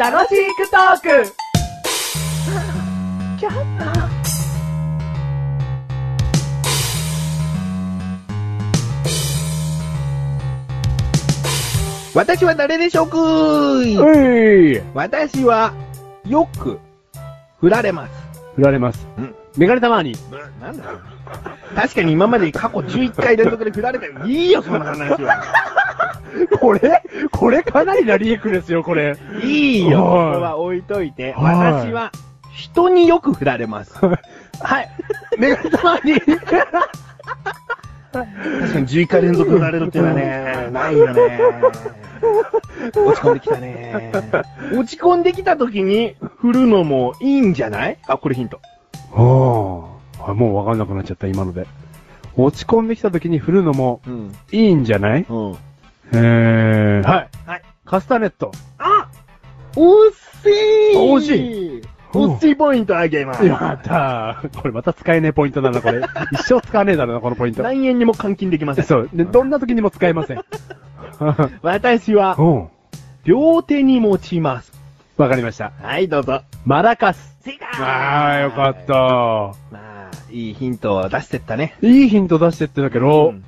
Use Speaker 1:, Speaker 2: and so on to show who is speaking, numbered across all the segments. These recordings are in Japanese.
Speaker 1: 楽しくトーク
Speaker 2: 私は誰でしょうくーい、
Speaker 3: うい
Speaker 2: 私は、よく、振られます。
Speaker 3: 振られます。
Speaker 2: うん
Speaker 3: メガネたまに。
Speaker 2: なんだよ確かに今まで過去11回連続で振られたよ。いいよ、そんな話は。
Speaker 3: これこれかなりなリエクですよ、これ。
Speaker 2: いいよ、こ
Speaker 3: はい
Speaker 2: こは置いといて。
Speaker 3: はい
Speaker 2: 私は、人によく振られます。 はい。
Speaker 3: メガネたまに。
Speaker 2: 確かに11回連続振られるっていうのはね、ない よね。落ち込んできたね。落ち込んできた時に振るのもいいんじゃないあ、これヒント。
Speaker 3: はあ、もうわかんなくなっちゃった、今ので。落ち込んできた時に振るのも
Speaker 2: うん。
Speaker 3: いいんじゃない
Speaker 2: うん。はい。
Speaker 3: えー、はい。
Speaker 2: はい。
Speaker 3: カスタネット。
Speaker 2: あ惜しい
Speaker 3: 惜
Speaker 2: しい惜しいポイントあげます。
Speaker 3: やったー。これまた使えねえポイントだ な、これ。一生使わねえだろうな、このポイント。
Speaker 2: 何円にも換金できません。
Speaker 3: そう。でどんな時にも使えません。
Speaker 2: 私は、
Speaker 3: うん。
Speaker 2: 両手に持ちます。
Speaker 3: わかりました。
Speaker 2: はい、どうぞ。
Speaker 3: マラカス。
Speaker 2: 正解
Speaker 3: ああ、よかっ。た。
Speaker 2: まあ、いいヒントを出してったね。
Speaker 3: いいヒント出してってだけ
Speaker 2: う
Speaker 3: ど、
Speaker 2: ん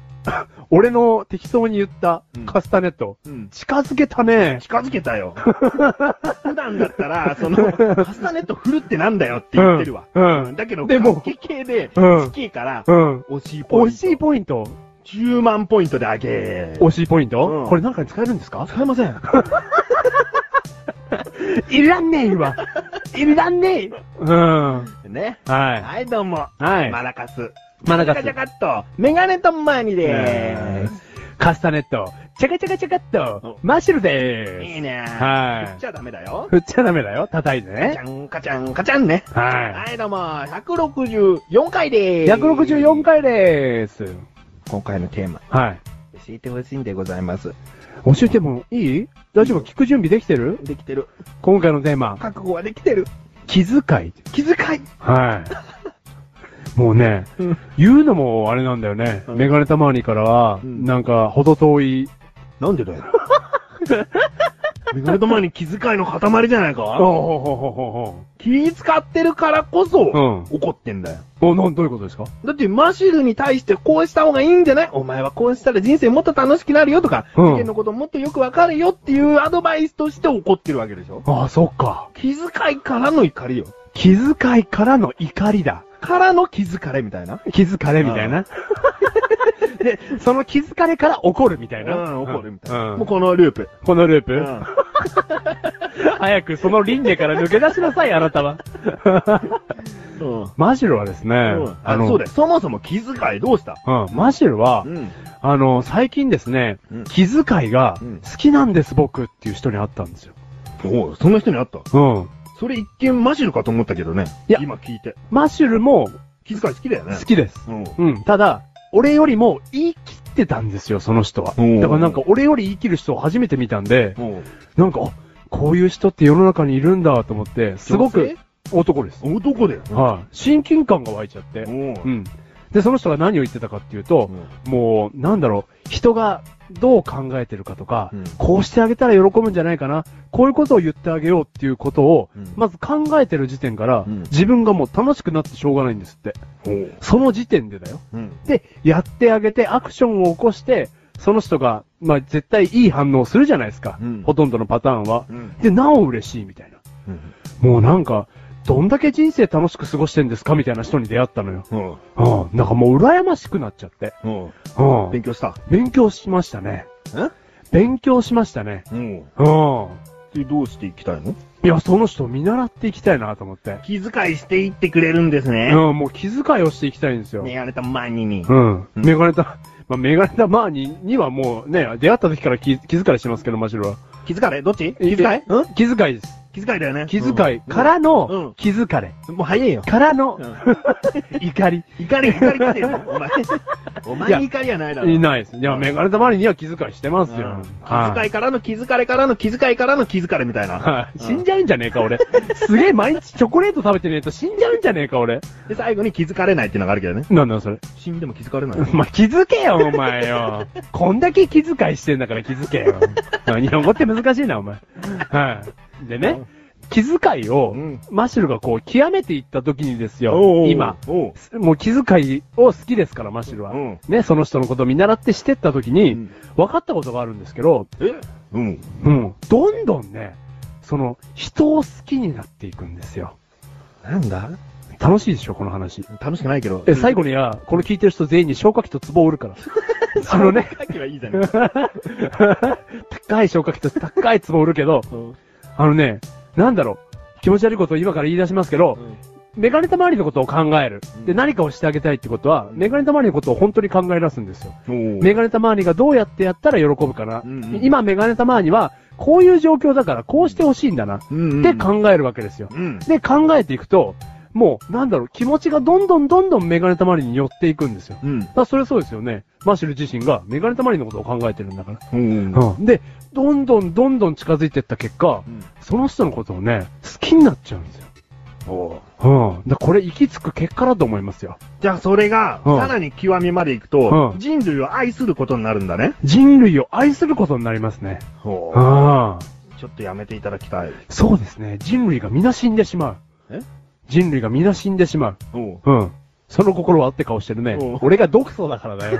Speaker 3: 俺の適当に言った
Speaker 2: うん
Speaker 3: カスタネット、
Speaker 2: うん。
Speaker 3: 近づけたね。
Speaker 2: 近づけたよ。 普段だったら、その、カスタネット振るってなんだよって言ってるわ。
Speaker 3: うんうん
Speaker 2: だけど、
Speaker 3: でも
Speaker 2: 関係系で、
Speaker 3: うん
Speaker 2: 好きから、
Speaker 3: うん。
Speaker 2: 惜しいポイン
Speaker 3: 惜
Speaker 2: ト。
Speaker 3: しいポイント
Speaker 2: 10万ポイントであげ
Speaker 3: 惜しいポイント、
Speaker 2: うん
Speaker 3: これなんかに使えるんですか使えません。 いらんねえわ。いらんねえ。うん。
Speaker 2: ね。
Speaker 3: は
Speaker 2: はい、どうも。
Speaker 3: い。はい。
Speaker 2: マラカス。
Speaker 3: マラカス
Speaker 2: ジャカジャカっと、メガネとマーニでーす。
Speaker 3: カスタネット、チャカチャカチャカっと、マッシュルで
Speaker 2: い
Speaker 3: ー
Speaker 2: い
Speaker 3: す。
Speaker 2: ねー。
Speaker 3: はい
Speaker 2: 振っちゃダメだよ。
Speaker 3: 振っちゃダメだよ、叩いて
Speaker 2: カチ
Speaker 3: ね。
Speaker 2: ャンカチャンカチャンね。
Speaker 3: は
Speaker 2: はい、どうも、164回
Speaker 3: い。
Speaker 2: でーす。
Speaker 3: 164。回でーす。
Speaker 2: 今回のテーマ、
Speaker 3: はい。
Speaker 2: 教えてほしいんでございます。
Speaker 3: 教えてもいい大丈夫聞く準備できてる
Speaker 2: できてる。
Speaker 3: 今回のテーマ、
Speaker 2: 覚悟はできてる。
Speaker 3: 気遣い。
Speaker 2: 気遣い。
Speaker 3: はい。もうね、
Speaker 2: うん
Speaker 3: 言うのもあれなんだよね。
Speaker 2: うん
Speaker 3: メガネたまわりからは、
Speaker 2: うん
Speaker 3: なんか、ほど遠い。
Speaker 2: なんでだよ。メガネとマーニ気遣いの塊じゃないか
Speaker 3: ほほほほ
Speaker 2: 気遣ってるからこ
Speaker 3: う
Speaker 2: そ、
Speaker 3: ん。
Speaker 2: 怒ってんだよ。
Speaker 3: お、なん、どういうことですか
Speaker 2: だってマシルに対してこうした方がいいんじゃないお前はこうしたら人生もっと楽しくなるよとか、
Speaker 3: うん
Speaker 2: 事件のこともっとよくわかるよっていうアドバイスとして怒ってるわけでしょ
Speaker 3: ああ、そっか。
Speaker 2: 気遣いからの怒りよ。
Speaker 3: 気遣いからの怒りだ。
Speaker 2: からの気づかれみたいな。
Speaker 3: 気づかれみたいな。で、その気づかれから怒るみたいな。
Speaker 2: うん、怒るみたいな。
Speaker 3: うん
Speaker 2: もうこのループ。
Speaker 3: このループ、
Speaker 2: うん。
Speaker 3: 早くその輪廻から抜け出しなさい、あなたは。
Speaker 2: うん。
Speaker 3: マジルはですね、
Speaker 2: あの、そうだよ。そもそも気遣いどうした
Speaker 3: うん、マジルは、
Speaker 2: ん。
Speaker 3: あの、最近ですね、
Speaker 2: うん
Speaker 3: 気遣いが
Speaker 2: うん
Speaker 3: 好きなんです、僕っていう人に会ったんですよ。
Speaker 2: おうそんな人に会った。
Speaker 3: うん。
Speaker 2: それ一見マシルかと思ったけどね。
Speaker 3: いや
Speaker 2: 今聞いて。
Speaker 3: マシュルも
Speaker 2: 気遣い好きだよね
Speaker 3: 好。きです。
Speaker 2: うん。
Speaker 3: うん。ただ、俺よりも言い切ってたんですよ、その人は。
Speaker 2: おー
Speaker 3: だからなんか俺より言い切る人を初めて見たんで、
Speaker 2: うん。
Speaker 3: なんか、あこういう人って世の中にいるんだと思って、すごく男です。
Speaker 2: 女性。男だよ。
Speaker 3: はい。親近感が湧いちゃって
Speaker 2: う。ん。
Speaker 3: うん。で、その人が何を言ってたかっていうと、
Speaker 2: うん
Speaker 3: もう、なんだろう、人がどう考えてるかとか、
Speaker 2: うん
Speaker 3: こうしてあげたら喜ぶんじゃないかな、こういうことを言ってあげようっていうことを、
Speaker 2: うん
Speaker 3: まず考えてる時点から、
Speaker 2: うん
Speaker 3: 自分がもう楽しくなってしょうがないんですって。
Speaker 2: おう
Speaker 3: その時点でだよ。
Speaker 2: うん。
Speaker 3: で、やってあげて、アクションを起こして、その人が、まあ、絶対いい反応するじゃないですか。
Speaker 2: うん
Speaker 3: ほとんどのパターンは。
Speaker 2: うん。
Speaker 3: で、なお嬉しいみたいな。
Speaker 2: うん。
Speaker 3: もうなんか、どんだけ人生楽しく過ごしてんですかみたいな人に出会ったのよ。
Speaker 2: うん。
Speaker 3: うん。なんかもう羨ましくなっちゃって。
Speaker 2: うん。
Speaker 3: うん。
Speaker 2: 勉強した。
Speaker 3: 勉強しましたね。
Speaker 2: え
Speaker 3: 勉強しましたね。
Speaker 2: うん。
Speaker 3: うん。
Speaker 2: で、どうしていきたいの
Speaker 3: いや、その人を見習っていきたいなと思って。
Speaker 2: 気遣いしていってくれるんですね。
Speaker 3: うん、もう気遣いをしていきたいんですよ。
Speaker 2: メガネたマニに。
Speaker 3: うん。メガネた、まあ、メガネたマーニにはもうね、出会った時から気気遣いしてますけど、マシュルは。
Speaker 2: 気遣いどっち気遣い
Speaker 3: 気遣いです。
Speaker 2: 気気遣いだよね。
Speaker 3: 気遣いから
Speaker 2: う
Speaker 3: の
Speaker 2: ん
Speaker 3: 気づかれ。
Speaker 2: もう早いよ。
Speaker 3: からの
Speaker 2: うん
Speaker 3: 怒り。
Speaker 2: 怒り、怒りかてよ。お前、お前
Speaker 3: いや
Speaker 2: に怒りはないだろ。
Speaker 3: いないです。いや、メガネたまりには気遣いしてます
Speaker 2: う
Speaker 3: よ
Speaker 2: ん。気
Speaker 3: は
Speaker 2: 遣
Speaker 3: い。
Speaker 2: いからの気づかれからの気遣いからの気づかれみたいな。
Speaker 3: はい死んじゃうんじゃねえか、俺。すげえ毎日チョコレート食べてねえと死んじゃうんじゃねえか、俺。
Speaker 2: で、最後に気づかれないっていうのがあるけどね。
Speaker 3: なんなんそれ。
Speaker 2: 死んでも気づかれ ない。
Speaker 3: お前気づけよ、お前よ。こんだけ気遣いしてんだから気 づけよ。日本語って難しいな、お前。はい。でね、気遣いを
Speaker 2: うん、
Speaker 3: マシュルがこう、極めていった時にです
Speaker 2: おうおう
Speaker 3: よ、今。。
Speaker 2: おう
Speaker 3: もう気遣いを好きですから、マシュルは
Speaker 2: うん。
Speaker 3: ね、その人のことを見習ってしてった時
Speaker 2: う
Speaker 3: に
Speaker 2: ん、
Speaker 3: 分かったことがあるんですけど、
Speaker 2: えうん。
Speaker 3: うん。どんどんね、その、人を好きになっていくんですよ。
Speaker 2: なんだ
Speaker 3: 楽しいでしょ、この話。
Speaker 2: 楽しくないけど。
Speaker 3: え、最後には、この聞いてる人全員に消火器と壺を売 るから。そのね、
Speaker 2: さっきはいいじゃん。
Speaker 3: 高い消火器と高い壺を売るけ ど、あのね、なんだろう、気持ち悪いことを今から言い出しますけど、メガネたまわりのことを考える。
Speaker 2: うん
Speaker 3: で、何かをしてあげたいってことは、メガネたまわりのことを本当に考え出すんですよ。
Speaker 2: うん。
Speaker 3: メガネたまわりがどうやってやったら喜ぶかな。
Speaker 2: うんうん
Speaker 3: 今メガネたまわりは、こういう状況だから、こうしてほしいんだな。
Speaker 2: うん。
Speaker 3: って考えるわけですよ。
Speaker 2: うん。
Speaker 3: で、考えていくと、もう、なんだろう、気持ちがどんどんどんどんメガネたまりに寄っていくんですよ。だか
Speaker 2: うん。
Speaker 3: らそれそうですよね。マシュル自身がメガネたまりのことを考えてるんだから。
Speaker 2: うん。
Speaker 3: うん。で、どんどんどんどん近づいていった結果、その人のことをね、好きになっちゃうんですよ。
Speaker 2: おう
Speaker 3: うん。だからこれ行き着く結果だと思いますよ。
Speaker 2: じゃあそれが、
Speaker 3: うん
Speaker 2: さらに極みまでいくと
Speaker 3: う、ん
Speaker 2: 人類を愛することになるんだね。
Speaker 3: 人類を愛することになりますね。
Speaker 2: ほう
Speaker 3: ああ。
Speaker 2: ちょっとやめていただきたい。
Speaker 3: そうですね。人類が皆死んでしまう。
Speaker 2: え
Speaker 3: 人類が皆死んでしまう。
Speaker 2: お
Speaker 3: うん。その心はって顔してるね
Speaker 2: うん。
Speaker 3: 俺が毒素だからだよ。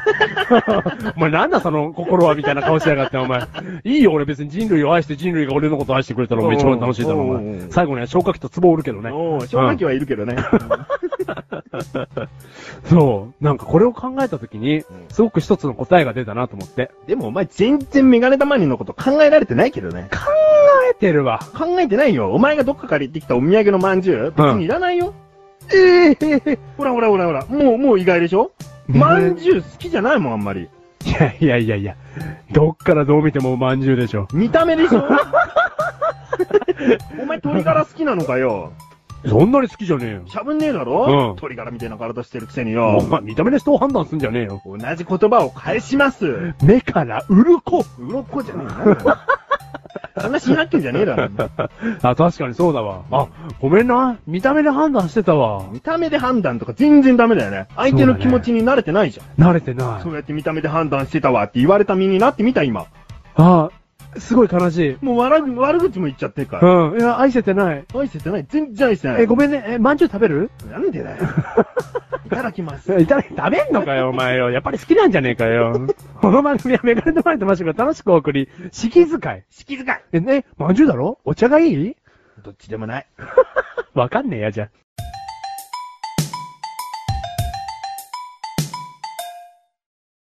Speaker 3: お前なんだその心はみたいな顔しやがって、お前。いいよ、俺別に人類を愛して人類が俺のことを愛してくれたらお前一番楽しいだろ、お
Speaker 2: うんうんう
Speaker 3: 前。
Speaker 2: ん
Speaker 3: 最後には消火器と壺を売るけどね。
Speaker 2: おう正直はいるけどね。
Speaker 3: そう。なんかこれを考えた時に、すごく一つの答えが出たなと思って。
Speaker 2: でもお前全然メガネたまりのこと考えられてないけどね。
Speaker 3: 考えてるわ。
Speaker 2: 考えてないよ。お前がどっかから行ってきたお土産のまんじゅう別にいらないよ。
Speaker 3: ええ
Speaker 2: ほらほらほらほら。もう、もう意外でしょ
Speaker 3: ね
Speaker 2: まんじゅう好きじゃないもん、あんまり。
Speaker 3: いやいやいやいや。どっからどう見てもまんじゅうでしょ。
Speaker 2: 見た目でし ょお前鶏ガラ好きなのかよ。
Speaker 3: そんなに好きじゃねえよ。
Speaker 2: しゃぶんねえだろ、
Speaker 3: うん
Speaker 2: 鶏ガラみたいな体してるくせに
Speaker 3: お
Speaker 2: よ。
Speaker 3: 前見た目で人を判断すんじゃねえよ。
Speaker 2: 同じ言葉を返します。う
Speaker 3: 目から鱗
Speaker 2: ろこじゃねえなん だよ。そんな新発見じゃねえだろ。
Speaker 3: あ、確かにそうだわ。あ、ごめんな。見た目で判断してたわ。
Speaker 2: 見た目で判断とか全然ダメだよね。相手の気持ちに慣れてないじゃん。
Speaker 3: 慣れてな
Speaker 2: そ
Speaker 3: い。
Speaker 2: うやって見た目で判断してたわって言われた身になってみた、今。
Speaker 3: あ、すごい悲しい。
Speaker 2: もう悪ぐ悪口も言っちゃってるから。
Speaker 3: うん。いや、愛せてない。
Speaker 2: 愛せてない。全然愛せてない。
Speaker 3: え、ごめんね。え、まんじゅう食べる
Speaker 2: なんでだ よ。いただきます。
Speaker 3: いただき、食べんのかよ、お前よ。やっぱり好きなんじゃねえかよ。この番組はメガネとマネとマシュが楽しくお送り、式遣い。
Speaker 2: 色遣い。
Speaker 3: え、ね、まんじゅうだろお茶がいい
Speaker 2: どっちでもない。
Speaker 3: わかんねえや、じゃあ。